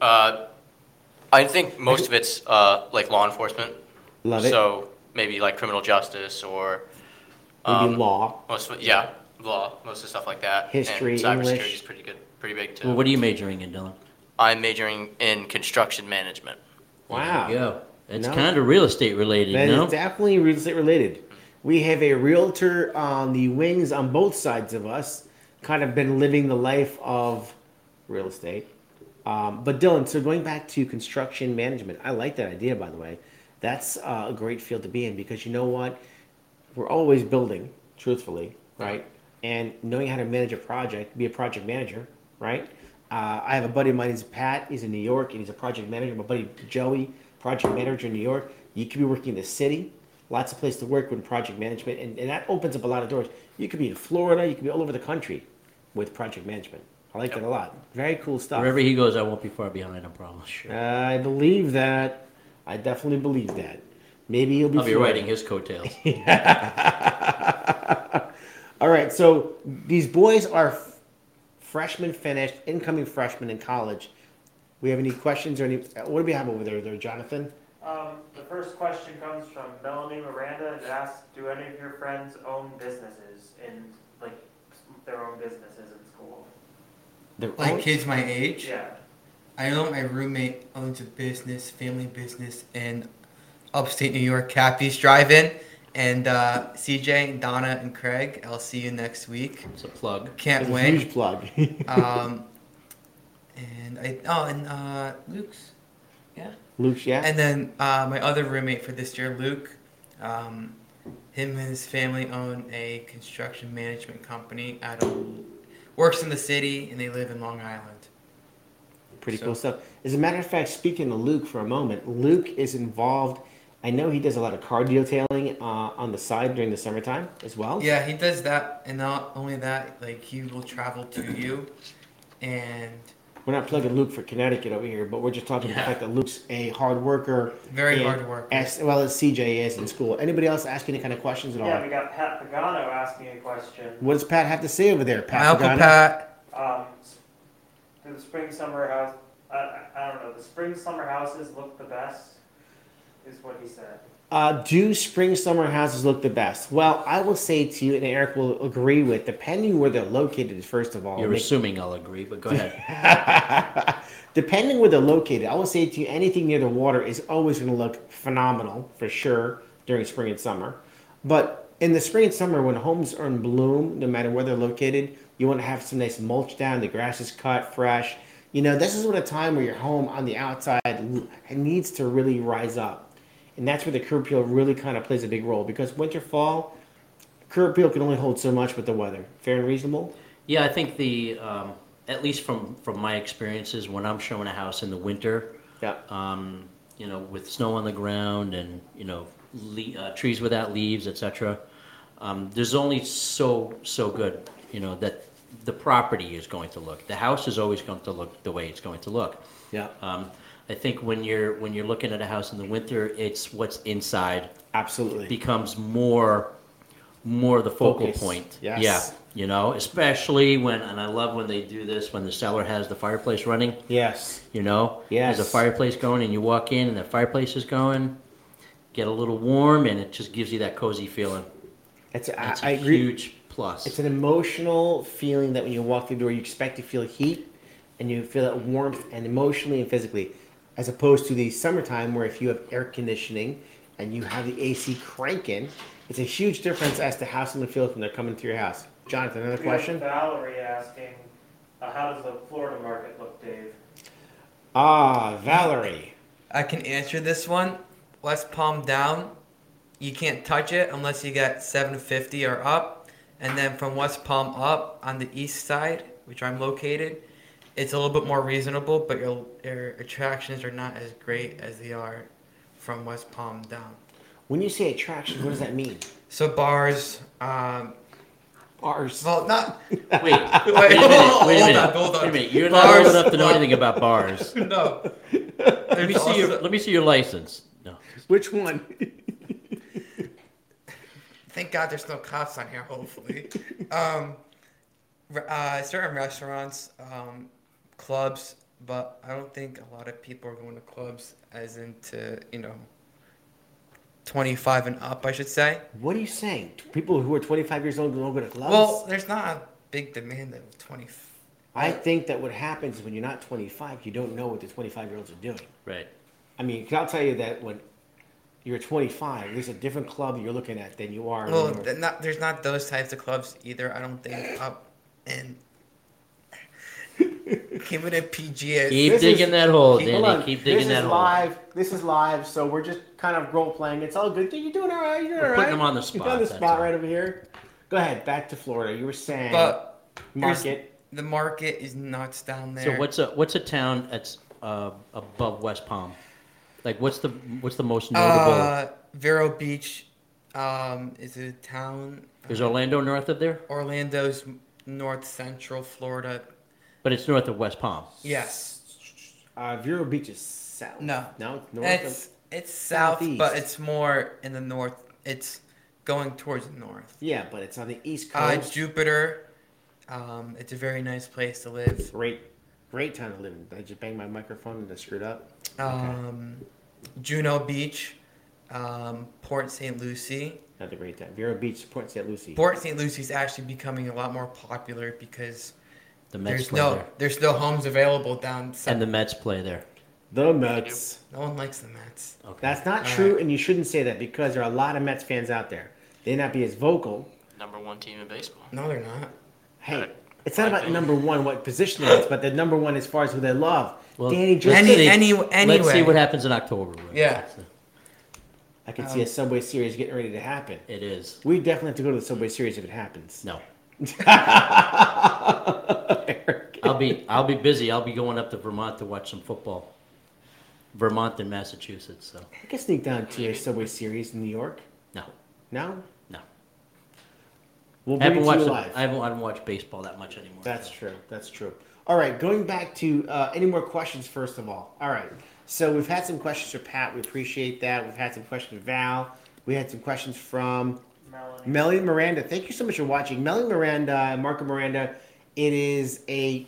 [SPEAKER 4] Uh, I think most of it's uh, like law enforcement.
[SPEAKER 1] Love it.
[SPEAKER 4] So maybe like criminal justice or
[SPEAKER 1] Maybe
[SPEAKER 4] um,
[SPEAKER 1] law.
[SPEAKER 4] Most of, yeah, law, most of the stuff like that.
[SPEAKER 1] History,
[SPEAKER 4] and cybersecurity
[SPEAKER 1] English.
[SPEAKER 4] is pretty good, pretty big too.
[SPEAKER 3] Well, what are you majoring in, Dylan?
[SPEAKER 4] I'm majoring in construction management.
[SPEAKER 1] Wow.
[SPEAKER 3] There you go. It's
[SPEAKER 1] Ah, No.
[SPEAKER 3] kind of real estate related,
[SPEAKER 1] That is
[SPEAKER 3] no?
[SPEAKER 1] definitely real estate related. We have a realtor on the wings on both sides of us, kind of been living the life of real estate. Um, but Dylan, so going back to construction management, I like that idea, by the way. That's uh, a great field to be in because you know what? We're always building, truthfully, right? And knowing how to manage a project, be a project manager, right? Uh, I have a buddy of mine, he's Pat, he's in New York, and he's a project manager. My buddy Joey, project manager in New York. You could be working in the city, lots of place to work with project management, and, and that opens up a lot of doors. You could be in Florida, you could be all over the country with project management. I like that a lot. Very cool stuff.
[SPEAKER 3] Wherever he goes, I won't be far behind. I promise. Sure.
[SPEAKER 1] I believe that. I definitely believe that. Maybe he'll be.
[SPEAKER 3] I'll be
[SPEAKER 1] Florida.
[SPEAKER 3] riding his coattails.
[SPEAKER 1] All right, so these boys are f- freshmen finished, incoming freshmen in college. We have any questions or any? uh, What do we have over there, there, Jonathan?
[SPEAKER 5] Um, the first question comes from Melanie Miranda and asks, do any of your friends own businesses in, like, s- their own businesses in school?
[SPEAKER 1] They're
[SPEAKER 2] Like
[SPEAKER 1] all-
[SPEAKER 2] kids my age,
[SPEAKER 5] Yeah,
[SPEAKER 2] I know my roommate owns a business, family business in upstate New York, Cappy's Drive-In. And uh, CJ, Donna, and Craig, I'll see you next week.
[SPEAKER 3] It's a plug.
[SPEAKER 1] it's
[SPEAKER 2] Can't
[SPEAKER 1] a
[SPEAKER 2] wait.
[SPEAKER 1] huge plug.
[SPEAKER 2] Um, and I oh, and uh, Luke's, yeah.
[SPEAKER 1] Luke, yeah.
[SPEAKER 2] And then uh, my other roommate for this year, Luke, um, him and his family own a construction management company out of works in the city, and they live in Long Island.
[SPEAKER 1] Pretty
[SPEAKER 2] So-
[SPEAKER 1] cool stuff. As a matter of fact, speaking to Luke for a moment, Luke is involved. I know he does a lot of car detailing uh, on the side during the summertime as well.
[SPEAKER 2] Yeah, he does that, and not only that, like he will travel to you, and
[SPEAKER 1] We're not plugging Luke for Connecticut over here, but we're just talking about
[SPEAKER 3] Yeah.
[SPEAKER 1] the fact that Luke's a hard worker.
[SPEAKER 2] Very
[SPEAKER 1] and-
[SPEAKER 2] hard worker.
[SPEAKER 1] As well as CJ is in school. Anybody else ask any kind of questions at all?
[SPEAKER 5] yeah, we got Pat Pagano asking a question.
[SPEAKER 1] What does Pat have to say over there, Pat?
[SPEAKER 2] my uncle
[SPEAKER 1] Pagano?
[SPEAKER 2] Pat.
[SPEAKER 5] Um, s- do the spring summer house, I, I, I don't know, the spring summer houses look the best, is what he said.
[SPEAKER 1] Uh, do spring summer houses look the best? Well, I will say to you, and Eric will agree with, depending where they're located, first of all.
[SPEAKER 3] You're
[SPEAKER 1] make-
[SPEAKER 3] assuming I'll agree, but go ahead.
[SPEAKER 1] Depending where they're located, I will say to you, anything near the water is always going to look phenomenal for sure during spring and summer. But in the spring and summer, when homes are in bloom, no matter where they're located, you want to have some nice mulch down. The grass is cut fresh. You know, this is what a time where your home on the outside l- needs to really rise up, and that's where the curb appeal really kind of plays a big role because winter, fall, curb appeal can only hold so much with the weather. Fair and reasonable.
[SPEAKER 3] Yeah, I think the, um, at least from, from my experiences, when I'm showing a house in the winter,
[SPEAKER 1] Yeah.
[SPEAKER 3] um, you know, with snow on the ground and, you know, le- uh, trees without leaves, et cetera, um, there's only so, so good, you know, that the property is going to look. The house is always going to look the way it's going to look.
[SPEAKER 1] Yeah.
[SPEAKER 3] Um, I think when you're, when you're looking at a house in the winter, it's what's inside
[SPEAKER 1] Absolutely.
[SPEAKER 3] becomes more more the focal
[SPEAKER 1] Focus.
[SPEAKER 3] point.
[SPEAKER 1] Yes.
[SPEAKER 3] Yeah. You know, especially when and I love when they do this when the seller has the fireplace running,
[SPEAKER 1] yes.
[SPEAKER 3] you know.
[SPEAKER 1] Yes.
[SPEAKER 3] There's a fireplace going and you walk in and the fireplace is going, get a little warm and it just gives you that cozy feeling.
[SPEAKER 1] It's, I,
[SPEAKER 3] That's a
[SPEAKER 1] I agree.
[SPEAKER 3] huge plus.
[SPEAKER 1] It's an emotional feeling that when you walk through the door, you expect to feel heat and you feel that warmth and emotionally and physically, as opposed to the summertime where if you have air conditioning and you have the AC cranking, it's a huge difference as to how someone feels when they're coming to your house. Jonathan, another
[SPEAKER 5] We have
[SPEAKER 1] question?
[SPEAKER 5] Valerie asking, uh, how does the Florida market look, Dave?
[SPEAKER 1] Ah, Valerie.
[SPEAKER 2] I can answer this one. West Palm down. You can't touch it unless you get 750 or up. And then from West Palm up on the east side, which I'm located, it's a little bit more reasonable, but your, your attractions are not as great as they are from West Palm down.
[SPEAKER 1] When you say attraction, what does that mean?
[SPEAKER 2] So bars, um,
[SPEAKER 1] Ours.
[SPEAKER 2] well, not.
[SPEAKER 3] wait, wait a minute, wait a
[SPEAKER 2] Hold on,
[SPEAKER 3] minute.
[SPEAKER 2] hold on.
[SPEAKER 3] Wait a minute. You're not
[SPEAKER 2] Bars.
[SPEAKER 3] old enough to know anything about bars.
[SPEAKER 2] No.
[SPEAKER 3] Let me see your let me see your license. No.
[SPEAKER 1] Which one?
[SPEAKER 2] Thank God there's no cops on here, hopefully. um, re- uh, certain restaurants, um, clubs, but I don't think a lot of people are going to clubs as into, you know, 25 and up, I should say.
[SPEAKER 1] What are you saying? People who are 25 years old don't go to clubs?
[SPEAKER 2] Well, there's not a big demand of 20.
[SPEAKER 1] I think that what happens is when you're not 25, you don't know what the 25 year olds are doing.
[SPEAKER 3] Right.
[SPEAKER 1] I mean, 'cause I'll tell you that when you're 25, there's a different club you're looking at than you are. when
[SPEAKER 2] Well,
[SPEAKER 1] you were-
[SPEAKER 2] th- not, there's not those types of clubs either, I don't think, up and. Give it a PGA.
[SPEAKER 3] Keep
[SPEAKER 1] This
[SPEAKER 3] digging
[SPEAKER 1] is-
[SPEAKER 3] that hole,
[SPEAKER 1] Keep-
[SPEAKER 3] Danny.
[SPEAKER 1] hold on.
[SPEAKER 3] Keep digging
[SPEAKER 1] this
[SPEAKER 3] that
[SPEAKER 1] is
[SPEAKER 3] hole.
[SPEAKER 1] live. This is live, so we're just kind of role playing. It's all good. You're doing all right. You're doing
[SPEAKER 3] We're
[SPEAKER 1] all
[SPEAKER 3] putting
[SPEAKER 1] right.
[SPEAKER 3] them on the
[SPEAKER 1] You're on
[SPEAKER 3] spot,
[SPEAKER 1] the
[SPEAKER 3] that's
[SPEAKER 1] spot
[SPEAKER 3] all.
[SPEAKER 1] right over here. Go ahead. Back to Florida. You were saying
[SPEAKER 2] But there's-
[SPEAKER 1] market.
[SPEAKER 2] The market is nuts down there.
[SPEAKER 3] So what's a what's a town that's uh, above West Palm? Like what's the what's the most notable?
[SPEAKER 2] Uh, Vero Beach um, is a town.
[SPEAKER 3] Is Orlando north of there?
[SPEAKER 2] Orlando's north central Florida.
[SPEAKER 3] But it's north of West Palm.
[SPEAKER 2] Yes.
[SPEAKER 1] Uh, Vero Beach is south.
[SPEAKER 2] No.
[SPEAKER 1] No. North
[SPEAKER 2] It's
[SPEAKER 1] of,
[SPEAKER 2] it's south, but
[SPEAKER 1] Southeast.
[SPEAKER 2] it's more in the north. It's going towards the north.
[SPEAKER 1] yeah, but it's on the east
[SPEAKER 2] Uh,
[SPEAKER 1] coast.
[SPEAKER 2] Jupiter. Um, it's a very nice place to live.
[SPEAKER 1] great, great town to live in. Did I just bang my microphone and I screwed up?
[SPEAKER 2] Um, Juno Beach, um, Port St. Lucie.
[SPEAKER 1] Another great town. Vero Beach, Port St. Lucie.
[SPEAKER 2] Port St. Lucie's actually becoming a lot more popular because
[SPEAKER 3] The Mets
[SPEAKER 2] there's
[SPEAKER 3] play
[SPEAKER 2] no
[SPEAKER 3] there.
[SPEAKER 2] there's no homes available down south.
[SPEAKER 3] And the Mets play there.
[SPEAKER 1] the Mets.
[SPEAKER 2] No one likes the Mets.
[SPEAKER 3] Okay.
[SPEAKER 1] That's not
[SPEAKER 2] All
[SPEAKER 1] true,
[SPEAKER 2] right.
[SPEAKER 1] and you shouldn't say that because there are a lot of Mets fans out there. They may not be as vocal.
[SPEAKER 4] Number one team in baseball.
[SPEAKER 2] No, they're not.
[SPEAKER 1] Hey,
[SPEAKER 4] Right.
[SPEAKER 1] it's not
[SPEAKER 4] I
[SPEAKER 1] about
[SPEAKER 4] think-
[SPEAKER 1] number one, what position they're in, but the number one as far as who they love.
[SPEAKER 3] Well,
[SPEAKER 1] Danny just.
[SPEAKER 2] Any-
[SPEAKER 1] said-
[SPEAKER 2] any-
[SPEAKER 3] Let's see
[SPEAKER 2] anyway.
[SPEAKER 3] what happens in October.
[SPEAKER 2] Yeah.
[SPEAKER 1] I can see a
[SPEAKER 2] um,
[SPEAKER 1] Subway Series getting ready to happen.
[SPEAKER 3] It is.
[SPEAKER 1] We definitely have to go to the Subway Series if it happens.
[SPEAKER 3] No.
[SPEAKER 1] Eric.
[SPEAKER 3] I'll be I'll be busy. I'll be going up to Vermont to watch some football. Vermont and Massachusetts, so
[SPEAKER 1] I can sneak down to a Subway Series in New York.
[SPEAKER 3] no.
[SPEAKER 1] No?
[SPEAKER 3] No.
[SPEAKER 1] We'll bring
[SPEAKER 3] I
[SPEAKER 1] it
[SPEAKER 3] haven't
[SPEAKER 1] to
[SPEAKER 3] watched
[SPEAKER 1] you
[SPEAKER 3] the-
[SPEAKER 1] live.
[SPEAKER 3] I haven't, I haven't watched baseball that much anymore.
[SPEAKER 1] That's
[SPEAKER 3] so.
[SPEAKER 1] true. That's true. All right, going back to uh, any more questions, first of all. All right, so we've had some questions for Pat. We appreciate that. We've had some questions for Val. We had some questions from
[SPEAKER 5] Melanie?
[SPEAKER 1] Melanie Miranda. Thank you so much for watching. Melanie Miranda and Marco Miranda, it is a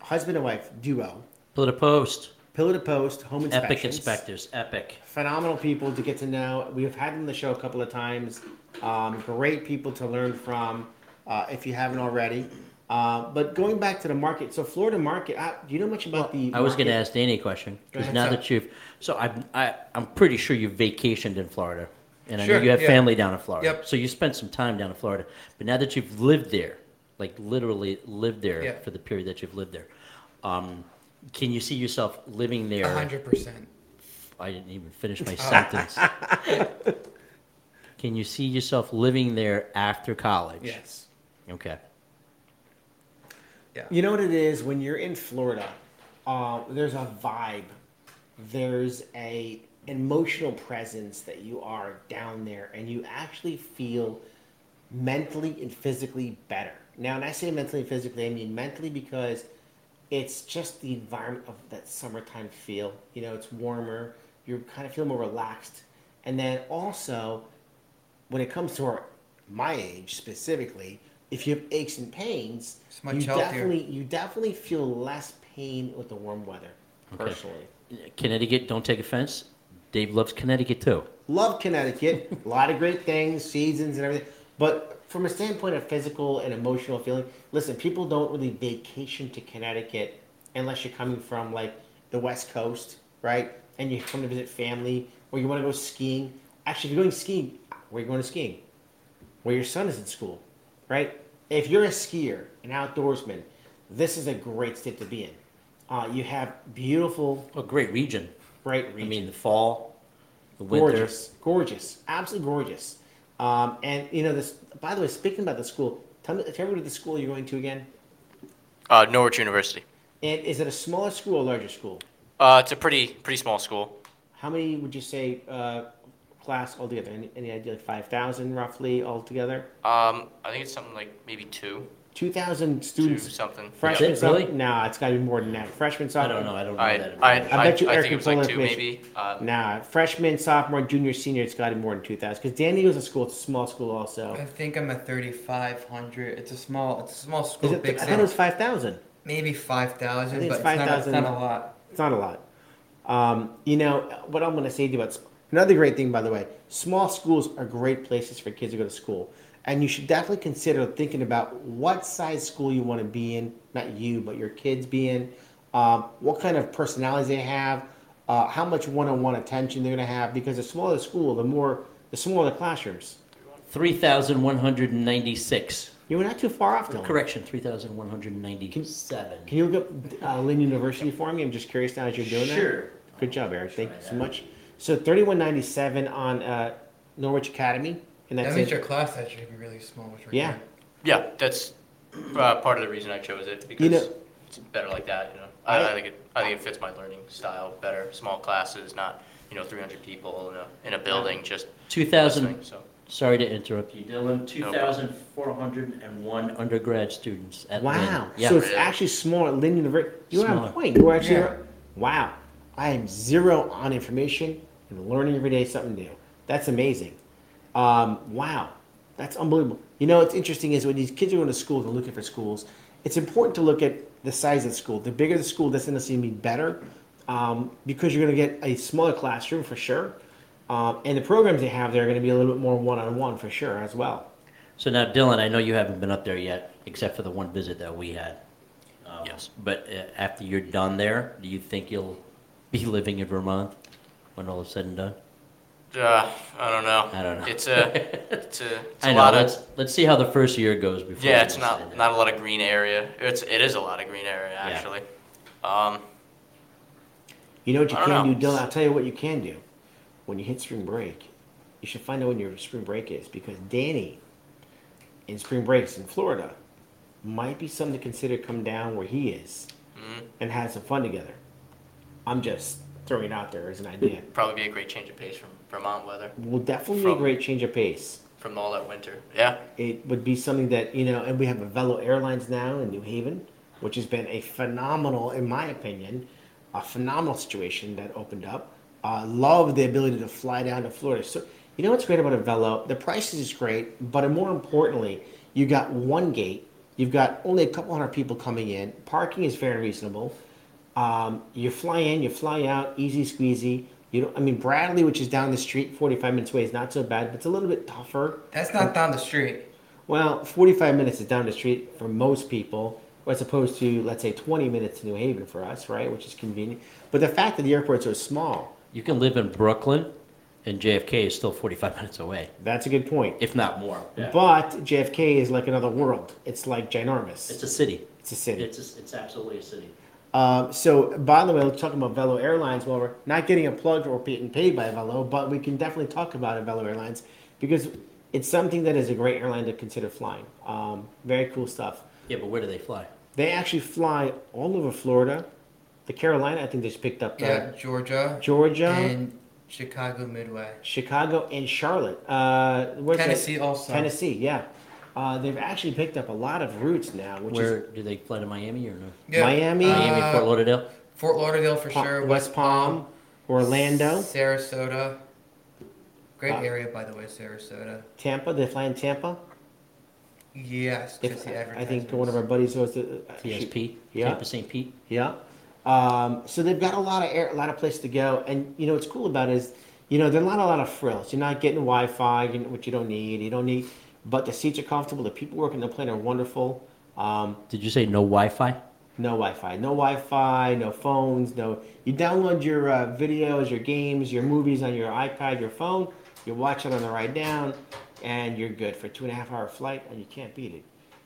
[SPEAKER 1] husband and wife duo,
[SPEAKER 3] Put a post.
[SPEAKER 1] pillar to post, home inspections.
[SPEAKER 3] Epic inspectors. Epic.
[SPEAKER 1] Phenomenal people to get to know. We've had them on the show a couple of times. Um, great people to learn from uh, if you haven't already. Uh, but going back to the market, so Florida market, uh, do you know much about the?
[SPEAKER 3] I was going to
[SPEAKER 1] market?
[SPEAKER 3] ask Danny a question because
[SPEAKER 1] ahead,
[SPEAKER 3] now
[SPEAKER 2] sir.
[SPEAKER 3] that you've, so I'm I, I'm pretty sure you vacationed in Florida, and I know
[SPEAKER 2] Sure,
[SPEAKER 3] you have
[SPEAKER 2] yeah.
[SPEAKER 3] family down in Florida.
[SPEAKER 2] Yep.
[SPEAKER 3] So you spent some time down in Florida, but now that you've lived there, like literally lived there
[SPEAKER 2] Yeah.
[SPEAKER 3] for the period that you've lived there, um, can you see yourself living there?
[SPEAKER 2] A hundred percent.
[SPEAKER 3] I didn't even finish my sentence. Can you see yourself living there after college?
[SPEAKER 2] Yes.
[SPEAKER 3] Okay.
[SPEAKER 1] You know what it is when you're in Florida. Uh, there's a vibe. There's a emotional presence that you are down there, and you actually feel mentally and physically better. Now, when I say mentally and physically, I mean mentally because it's just the environment of that summertime feel. You know, it's warmer. You kind of feel more relaxed, and then also when it comes to our, my age specifically, if you have aches and pains,
[SPEAKER 2] It's much
[SPEAKER 1] you
[SPEAKER 2] healthier.
[SPEAKER 1] definitely you definitely feel less pain with the warm weather. Personally,
[SPEAKER 3] Connecticut, don't take offense. Dave loves Connecticut too.
[SPEAKER 1] love Connecticut. a lot of great things, seasons and everything. But from a standpoint of physical and emotional feeling, listen, people don't really vacation to Connecticut unless you're coming from like the West Coast, right? And you come to visit family, or you want to go skiing. Actually, if you're going skiing, where are you going to skiing? where your son is in school, right? If you're a skier, an outdoorsman, this is a great state to be in. Uh, you have beautiful,
[SPEAKER 3] A great region.
[SPEAKER 1] bright
[SPEAKER 3] I
[SPEAKER 1] region.
[SPEAKER 3] mean, the fall, the winter.
[SPEAKER 1] gorgeous, gorgeous, absolutely gorgeous. Um, and you know this. By the way, speaking about the school, tell me, tell me what the school you're going to again.
[SPEAKER 4] Uh, Norwich University.
[SPEAKER 1] And is it a smaller school or larger school?
[SPEAKER 4] Uh, it's a pretty pretty small school.
[SPEAKER 1] How many would you say uh, class altogether? Any, any idea? Like five thousand roughly altogether.
[SPEAKER 4] Um, I think it's something like maybe two,
[SPEAKER 1] Two thousand
[SPEAKER 4] two
[SPEAKER 1] students.
[SPEAKER 4] something.
[SPEAKER 1] Freshman,
[SPEAKER 3] Really?
[SPEAKER 1] sophomore- nah, it's got to be more than that. Freshman,
[SPEAKER 3] I
[SPEAKER 1] sophomore.
[SPEAKER 3] don't know. I don't know
[SPEAKER 4] I,
[SPEAKER 3] that.
[SPEAKER 4] I,
[SPEAKER 1] I
[SPEAKER 4] I,
[SPEAKER 1] bet you
[SPEAKER 4] I
[SPEAKER 1] Eric
[SPEAKER 4] think
[SPEAKER 1] can
[SPEAKER 4] it was like
[SPEAKER 1] pull
[SPEAKER 4] two,
[SPEAKER 1] information.
[SPEAKER 4] maybe. Um,
[SPEAKER 1] Nah, freshman, sophomore, junior, senior, it's got to be more than 2,000. Because Dan Eagle's a school, it's a small school
[SPEAKER 2] I
[SPEAKER 1] also.
[SPEAKER 2] think I'm at 3,500. It's a small, it's a small
[SPEAKER 1] Is
[SPEAKER 2] school,
[SPEAKER 1] it,
[SPEAKER 2] big
[SPEAKER 1] I thought it was
[SPEAKER 2] city.
[SPEAKER 1] 5,000.
[SPEAKER 2] Maybe
[SPEAKER 1] I
[SPEAKER 2] 5,000,
[SPEAKER 1] think
[SPEAKER 2] but
[SPEAKER 1] it's
[SPEAKER 2] it's not, it's
[SPEAKER 1] 5,000.
[SPEAKER 2] not a lot.
[SPEAKER 1] It's not a lot. Um, you know, what I'm going to say to you about another great thing, by the way, small schools are great places for kids to go to school. And you should definitely consider thinking about what size school you want to be in, not you, but your kids be in, um, what kind of personalities they have, uh, how much one on one attention they're going to have. Because the smaller the school, the more, the smaller the classrooms.
[SPEAKER 3] 3,196.
[SPEAKER 1] You were not too far off, Dylan.
[SPEAKER 3] Correction, 3,197.
[SPEAKER 1] Can you look up uh, Lynn University for me? I'm just curious now as you're doing that.
[SPEAKER 3] Sure.
[SPEAKER 1] Good job, Eric. Thank
[SPEAKER 3] Try
[SPEAKER 1] you so
[SPEAKER 3] that.
[SPEAKER 1] much. So 3197 on uh, Norwich Academy, and that's
[SPEAKER 2] That means
[SPEAKER 1] it.
[SPEAKER 2] your class actually should be really small, which we're
[SPEAKER 1] Yeah.
[SPEAKER 4] yeah, that's uh, part of the reason I chose it because
[SPEAKER 1] know-
[SPEAKER 4] it's better like that. You know, I,
[SPEAKER 1] I-
[SPEAKER 4] I think it I think it fits my learning style better. Small classes, not you know 300 people in a in a building, just
[SPEAKER 3] 2,000.
[SPEAKER 4] listening, so.
[SPEAKER 3] Sorry to interrupt you, Dylan. 2,401 undergrad students at Lynn.
[SPEAKER 1] Wow.
[SPEAKER 3] Yeah.
[SPEAKER 1] So it's
[SPEAKER 4] Really?
[SPEAKER 1] actually smaller at Lynn University. You were on
[SPEAKER 3] Smaller.
[SPEAKER 1] point. You were actually.
[SPEAKER 2] Yeah.
[SPEAKER 1] Wow. I am zero on information and learning every day something new. That's amazing. Um, wow. That's unbelievable. You know, what's interesting is when these kids are going to schools and looking for schools, it's important to look at the size of the school. The bigger the school doesn't necessarily mean better um, because you're going to get a smaller classroom for sure. Um, and the programs they have there are going to be a little bit more one on one for sure as well.
[SPEAKER 3] So now, Dylan, I know you haven't been up there yet, except for the one visit that we had. Um,
[SPEAKER 4] Yes.
[SPEAKER 3] But uh, after you're done there, do you think you'll be living in Vermont when all is said and done?
[SPEAKER 4] Uh, I don't know.
[SPEAKER 3] I don't know.
[SPEAKER 4] It's a it's a, it's
[SPEAKER 3] I
[SPEAKER 4] a
[SPEAKER 3] know.
[SPEAKER 4] lot
[SPEAKER 3] let's
[SPEAKER 4] of
[SPEAKER 3] let's see how the first year goes before.
[SPEAKER 4] yeah.
[SPEAKER 3] we
[SPEAKER 4] It's
[SPEAKER 3] decide
[SPEAKER 4] not
[SPEAKER 3] that.
[SPEAKER 4] not a lot of green area. It's it is a lot of green area actually. Um,
[SPEAKER 1] You know what you
[SPEAKER 4] I don't
[SPEAKER 1] can
[SPEAKER 4] know.
[SPEAKER 1] do, Dylan? I'll tell you what you can do. When you hit spring break, you should find out when your spring break is because Danny in spring breaks in Florida might be something to consider come down where he is
[SPEAKER 4] mhm,
[SPEAKER 1] and have some fun together. I'm just throwing it out there as an idea.
[SPEAKER 4] probably be a great change of pace from Vermont weather
[SPEAKER 1] Will definitely be a
[SPEAKER 4] From-
[SPEAKER 1] great change of pace.
[SPEAKER 4] from all that winter. Yeah.
[SPEAKER 1] it would be something that you know and we have a velo airlines now in new haven which has been a phenomenal in my opinion a phenomenal situation that opened up uh, love the ability to fly down to florida so you know what's great about a velo the prices is great but more importantly you got one gate you've got only a couple hundred people coming in parking is fair and reasonable um, you fly in, you fly out, easy squeezy. You don't, I mean, Bradley, which is down the street, 45 minutes away, is not so bad, but it's a little bit tougher.
[SPEAKER 2] That's not down the street.
[SPEAKER 1] Well, 45 minutes is down the street for most people, as opposed to, let's say, 20 minutes to New Haven for us, right? Which is convenient. But the fact that the airport's so small,
[SPEAKER 3] You can live in Brooklyn, and JFK is still 45 minutes away,
[SPEAKER 1] that's a good point.
[SPEAKER 3] if not more.
[SPEAKER 1] But JFK is like another world. It's like ginormous.
[SPEAKER 3] It's
[SPEAKER 1] It's
[SPEAKER 3] a city.
[SPEAKER 1] a, city.
[SPEAKER 3] It's a, it's absolutely a city.
[SPEAKER 1] Um, so, by the way, let's talk about Velo Airlines. Well, we're not getting a plug or being paid by Velo, but we can definitely talk about it, Velo Airlines. because it's something that is a great airline to consider flying. Um, very cool stuff.
[SPEAKER 3] Yeah, but where do they fly?
[SPEAKER 1] They actually fly all over Florida, the Carolina. I think they just picked up uh,
[SPEAKER 2] Yeah, Georgia,
[SPEAKER 1] Georgia,
[SPEAKER 2] and Chicago Midway.
[SPEAKER 1] Chicago, and Charlotte. Uh, where's that?
[SPEAKER 2] Tennessee also.
[SPEAKER 1] Tennessee, yeah. Uh, they've actually picked up a lot of routes now, which is
[SPEAKER 3] Where do they fly to Miami or no?
[SPEAKER 2] Yeah,
[SPEAKER 1] Miami,
[SPEAKER 3] Miami,
[SPEAKER 2] uh,
[SPEAKER 3] Fort Lauderdale.
[SPEAKER 2] Fort Lauderdale for
[SPEAKER 1] Pa-
[SPEAKER 2] sure.
[SPEAKER 1] West Palm, Orlando, Uh,
[SPEAKER 2] Sarasota. Great
[SPEAKER 1] Wow.
[SPEAKER 2] area, by the way, Sarasota.
[SPEAKER 1] Tampa. They fly in Tampa.
[SPEAKER 2] Yes,
[SPEAKER 1] They-
[SPEAKER 2] because the
[SPEAKER 1] I think
[SPEAKER 2] advertisements.
[SPEAKER 1] one of our buddies uh, was the
[SPEAKER 3] TSP,
[SPEAKER 1] Yeah.
[SPEAKER 3] Tampa St. Pete.
[SPEAKER 1] Yeah. Um, so they've got a lot of air, a lot of place to go, and you know what's cool about it is, you know, there's not a lot of frills. You're not getting Wi-Fi, you know, which you don't need. You don't need, but the seats are comfortable. The people working the plane are wonderful. Um,
[SPEAKER 3] Did you say no Wi-Fi?
[SPEAKER 1] no Wi-Fi, no Wi-Fi, no phones, no. You download your uh, videos, your games, your movies on your iPad, your phone. You watch it on the ride down, and you're good for a two and a half hour flight, and you can't beat it.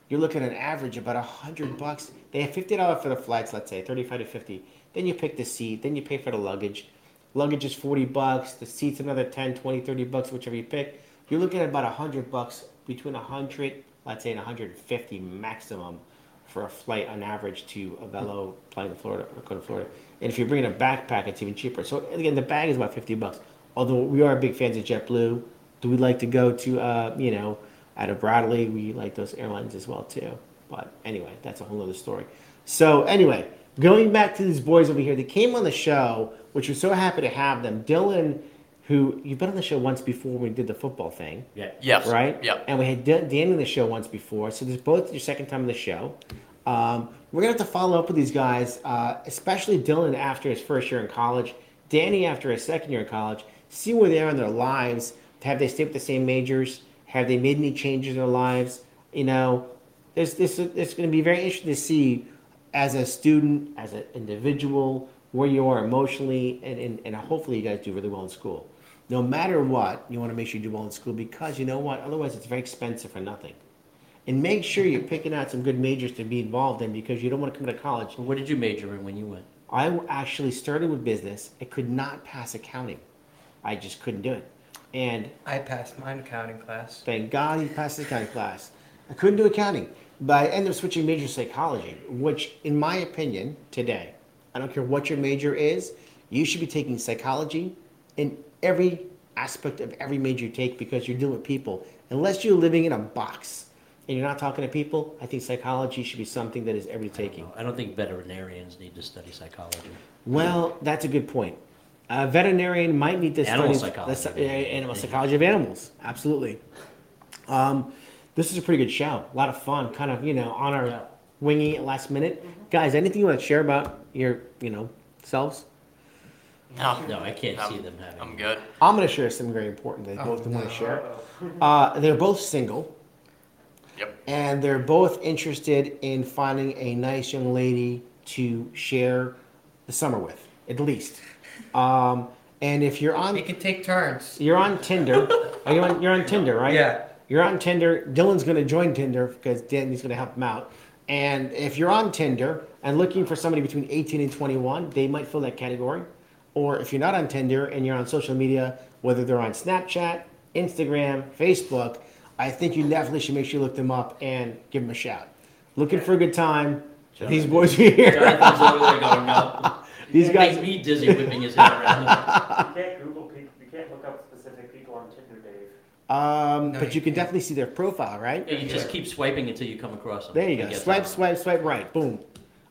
[SPEAKER 1] You're looking at an average about a hundred bucks. They have fifty dollars for the flights, let's say thirty-five to fifty. Then you pick the seat. Then you pay for the luggage. Luggage is forty bucks. The seat's another 10, 20, 30 bucks, whichever you pick. You're looking at about a hundred bucks between a hundred, let's say, and hundred and fifty maximum for a flight on average to Avello, flying to Florida, or go to Florida. And if you're bringing a backpack, it's even cheaper. So again, the bag is about fifty bucks. Although we are big fans of JetBlue, do we like to go to uh, you know, out of Bradley? We like those airlines as well too. But anyway, that's a whole other story. So anyway, going back to these boys over here, they came on the show, which we're so happy to have them. Dylan, who you've been on the show once before when we did the football thing
[SPEAKER 3] Yeah.
[SPEAKER 4] Yes.
[SPEAKER 1] right?
[SPEAKER 4] Yep.
[SPEAKER 1] And we had Dan Danny on the show once before, so this is both your second time on the show. Um, we're gonna have to follow up with these guys, uh, especially Dylan after his first year in college, Danny after his second year in college. See where they are in their lives. Have they stayed with the same majors? Have they made any changes in their lives? You know, there's this. It's gonna be very interesting to see as a student, as an individual, where you are emotionally, and, and, and hopefully you guys do really well in school. No matter what, you want to make sure you do well in school because you know what? Otherwise, it's very expensive for nothing. And make sure you're picking out some good majors to be involved in because you don't want to come to college.
[SPEAKER 3] What did you major in when you went?
[SPEAKER 1] I actually started with business. I could not pass accounting. I just couldn't do it. And
[SPEAKER 2] I passed mine accounting class.
[SPEAKER 1] Thank God he passed his accounting class. I couldn't do accounting, but I ended up switching major to psychology, which, in my opinion, today, I don't care what your major is, you should be taking psychology in every aspect of every major you take because you're dealing with people. Unless you're living in a box and you're not talking to people, I think psychology should be something that is every taking.
[SPEAKER 3] I don't think veterinarians need to study psychology.
[SPEAKER 1] Well, that's a good point. A veterinarian might need to
[SPEAKER 3] Animal
[SPEAKER 1] study
[SPEAKER 3] psychology.
[SPEAKER 1] that's- yeah, animal psychology of animals. Absolutely. Um, this is a pretty good show. A lot of fun. Kind of you know on our
[SPEAKER 3] Yeah. Mm-hmm.
[SPEAKER 1] wingy at last minute, guys. Anything you want to share about your you know selves?
[SPEAKER 4] No.
[SPEAKER 3] No, I can't
[SPEAKER 4] I'm-
[SPEAKER 3] see them having.
[SPEAKER 4] I'm good.
[SPEAKER 1] I'm going to share something very important. They
[SPEAKER 2] Oh,
[SPEAKER 1] both want
[SPEAKER 2] no.
[SPEAKER 1] to share.
[SPEAKER 5] Uh-oh.
[SPEAKER 1] Uh, they're both single.
[SPEAKER 4] Yep.
[SPEAKER 1] and they're both interested in finding a nice young lady to share the summer with, at least. Um, and if you're
[SPEAKER 2] You
[SPEAKER 1] on
[SPEAKER 2] can take turns.
[SPEAKER 1] you're on Tinder, are you on, you're on Tinder, right?
[SPEAKER 2] Yeah.
[SPEAKER 1] You're on Tinder. Dylan's going to join Tinder because Danny's going to help him out. And if you're on Tinder and looking for somebody between 18 and 21, they might fill that category. Or if you're not on Tinder and you're on social media, whether they're on Snapchat, Instagram, Facebook, I think you definitely should make sure you look them up and give them a shout. Looking for a good time. These boys are here.
[SPEAKER 3] Jonathan's over there going, no.
[SPEAKER 1] These
[SPEAKER 3] Makes
[SPEAKER 1] guys.
[SPEAKER 3] me dizzy whipping his head around.
[SPEAKER 5] You can't Google people, you can't look up specific people on Tinder, Dave.
[SPEAKER 1] Um,
[SPEAKER 2] No,
[SPEAKER 1] but
[SPEAKER 2] you
[SPEAKER 1] you can
[SPEAKER 2] can't.
[SPEAKER 1] definitely see their profile, right?
[SPEAKER 3] You just keep swiping until you come across him.
[SPEAKER 1] There you
[SPEAKER 3] I
[SPEAKER 1] go.
[SPEAKER 3] guess
[SPEAKER 1] Swipe,
[SPEAKER 3] so.
[SPEAKER 1] swipe, swipe right. Boom.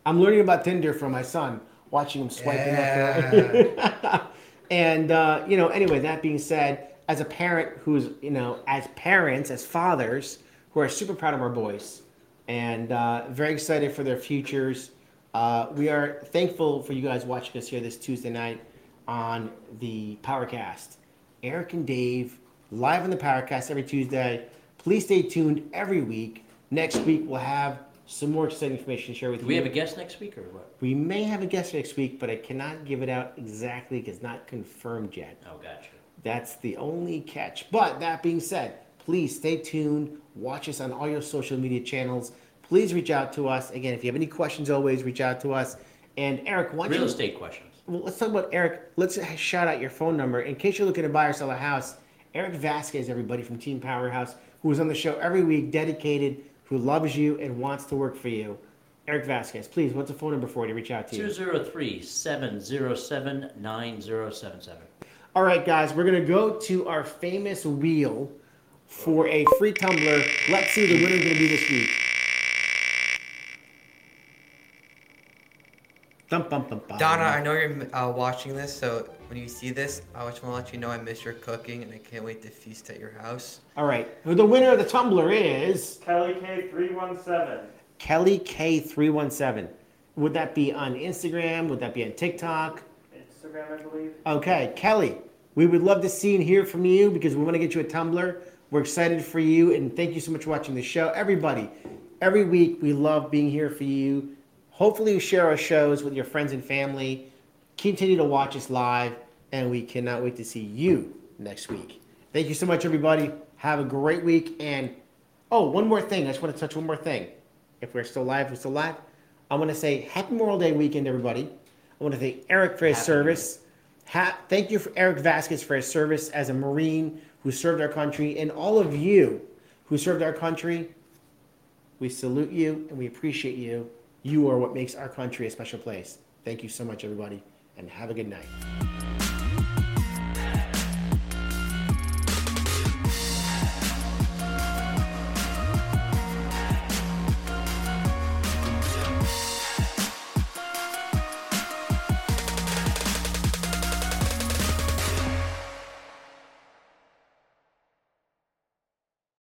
[SPEAKER 1] I'm learning about Tinder from my son, watching him swiping up and
[SPEAKER 2] Yeah.
[SPEAKER 1] right. and uh, you know, anyway, that being said, as a parent who's you know, as parents, as fathers who are super proud of our boys and uh, very excited for their futures. Uh, we are thankful for you guys watching us here this Tuesday night on the Powercast. Eric and Dave live on the Powercast every Tuesday. Please stay tuned every week. Next week we'll have some more exciting information to share with
[SPEAKER 3] Do
[SPEAKER 1] you.
[SPEAKER 3] we have a guest next week or what?
[SPEAKER 1] We may have a guest next week, but I cannot give it out exactly because it's not confirmed yet.
[SPEAKER 3] Oh, gotcha.
[SPEAKER 1] That's the only catch. But that being said, please stay tuned. Watch us on all your social media channels. Please reach out to us. Again, if you have any questions, always reach out to us. And Eric, why don't
[SPEAKER 3] Real
[SPEAKER 1] you,
[SPEAKER 3] estate questions.
[SPEAKER 1] well, let's talk about Eric. Let's shout out your phone number in case you're looking to buy or sell a house Eric Vasquez, everybody from Team Powerhouse, who is on the show every week, dedicated, who loves you and wants to work for you. Eric Vasquez, please, what's the phone number for you to reach out to you?
[SPEAKER 3] 203 707 9077.
[SPEAKER 1] All right, guys, we're gonna go to our famous wheel for a free tumbler. Let's see who the winner's gonna be this week. Dum, bum, bum, bum.
[SPEAKER 2] Donna, I know you're uh, watching this, so when you see this, I just want to let you know I miss your cooking and I can't wait to feast at your house.
[SPEAKER 1] All right, who the winner of the tumbler is
[SPEAKER 5] Kelly K three one seven.
[SPEAKER 1] Kelly K three one seven. Would that be on Instagram? Would that be on TikTok?
[SPEAKER 5] Instagram, I believe.
[SPEAKER 1] Okay, Kelly, we would love to see and hear from you because we want to get you a tumbler. We're excited for you and thank you so much for watching the show. Everybody, every week we love being here for you. Hopefully, you share our shows with your friends and family. Continue to watch us live, and we cannot wait to see you next week. Thank you so much, everybody. Have a great week. And oh, one more thing. I just want to touch one more thing. If we're still live, we're still live. I want to say Happy Memorial Day weekend, everybody. I want to thank Eric for his
[SPEAKER 3] Happy
[SPEAKER 1] service. Ha- thank you for Eric Vasquez for his service as a Marine who served our country, and all of you who served our country. We salute you and we appreciate you. You are what makes our country a special place. Thank you so much, everybody, and have a good night.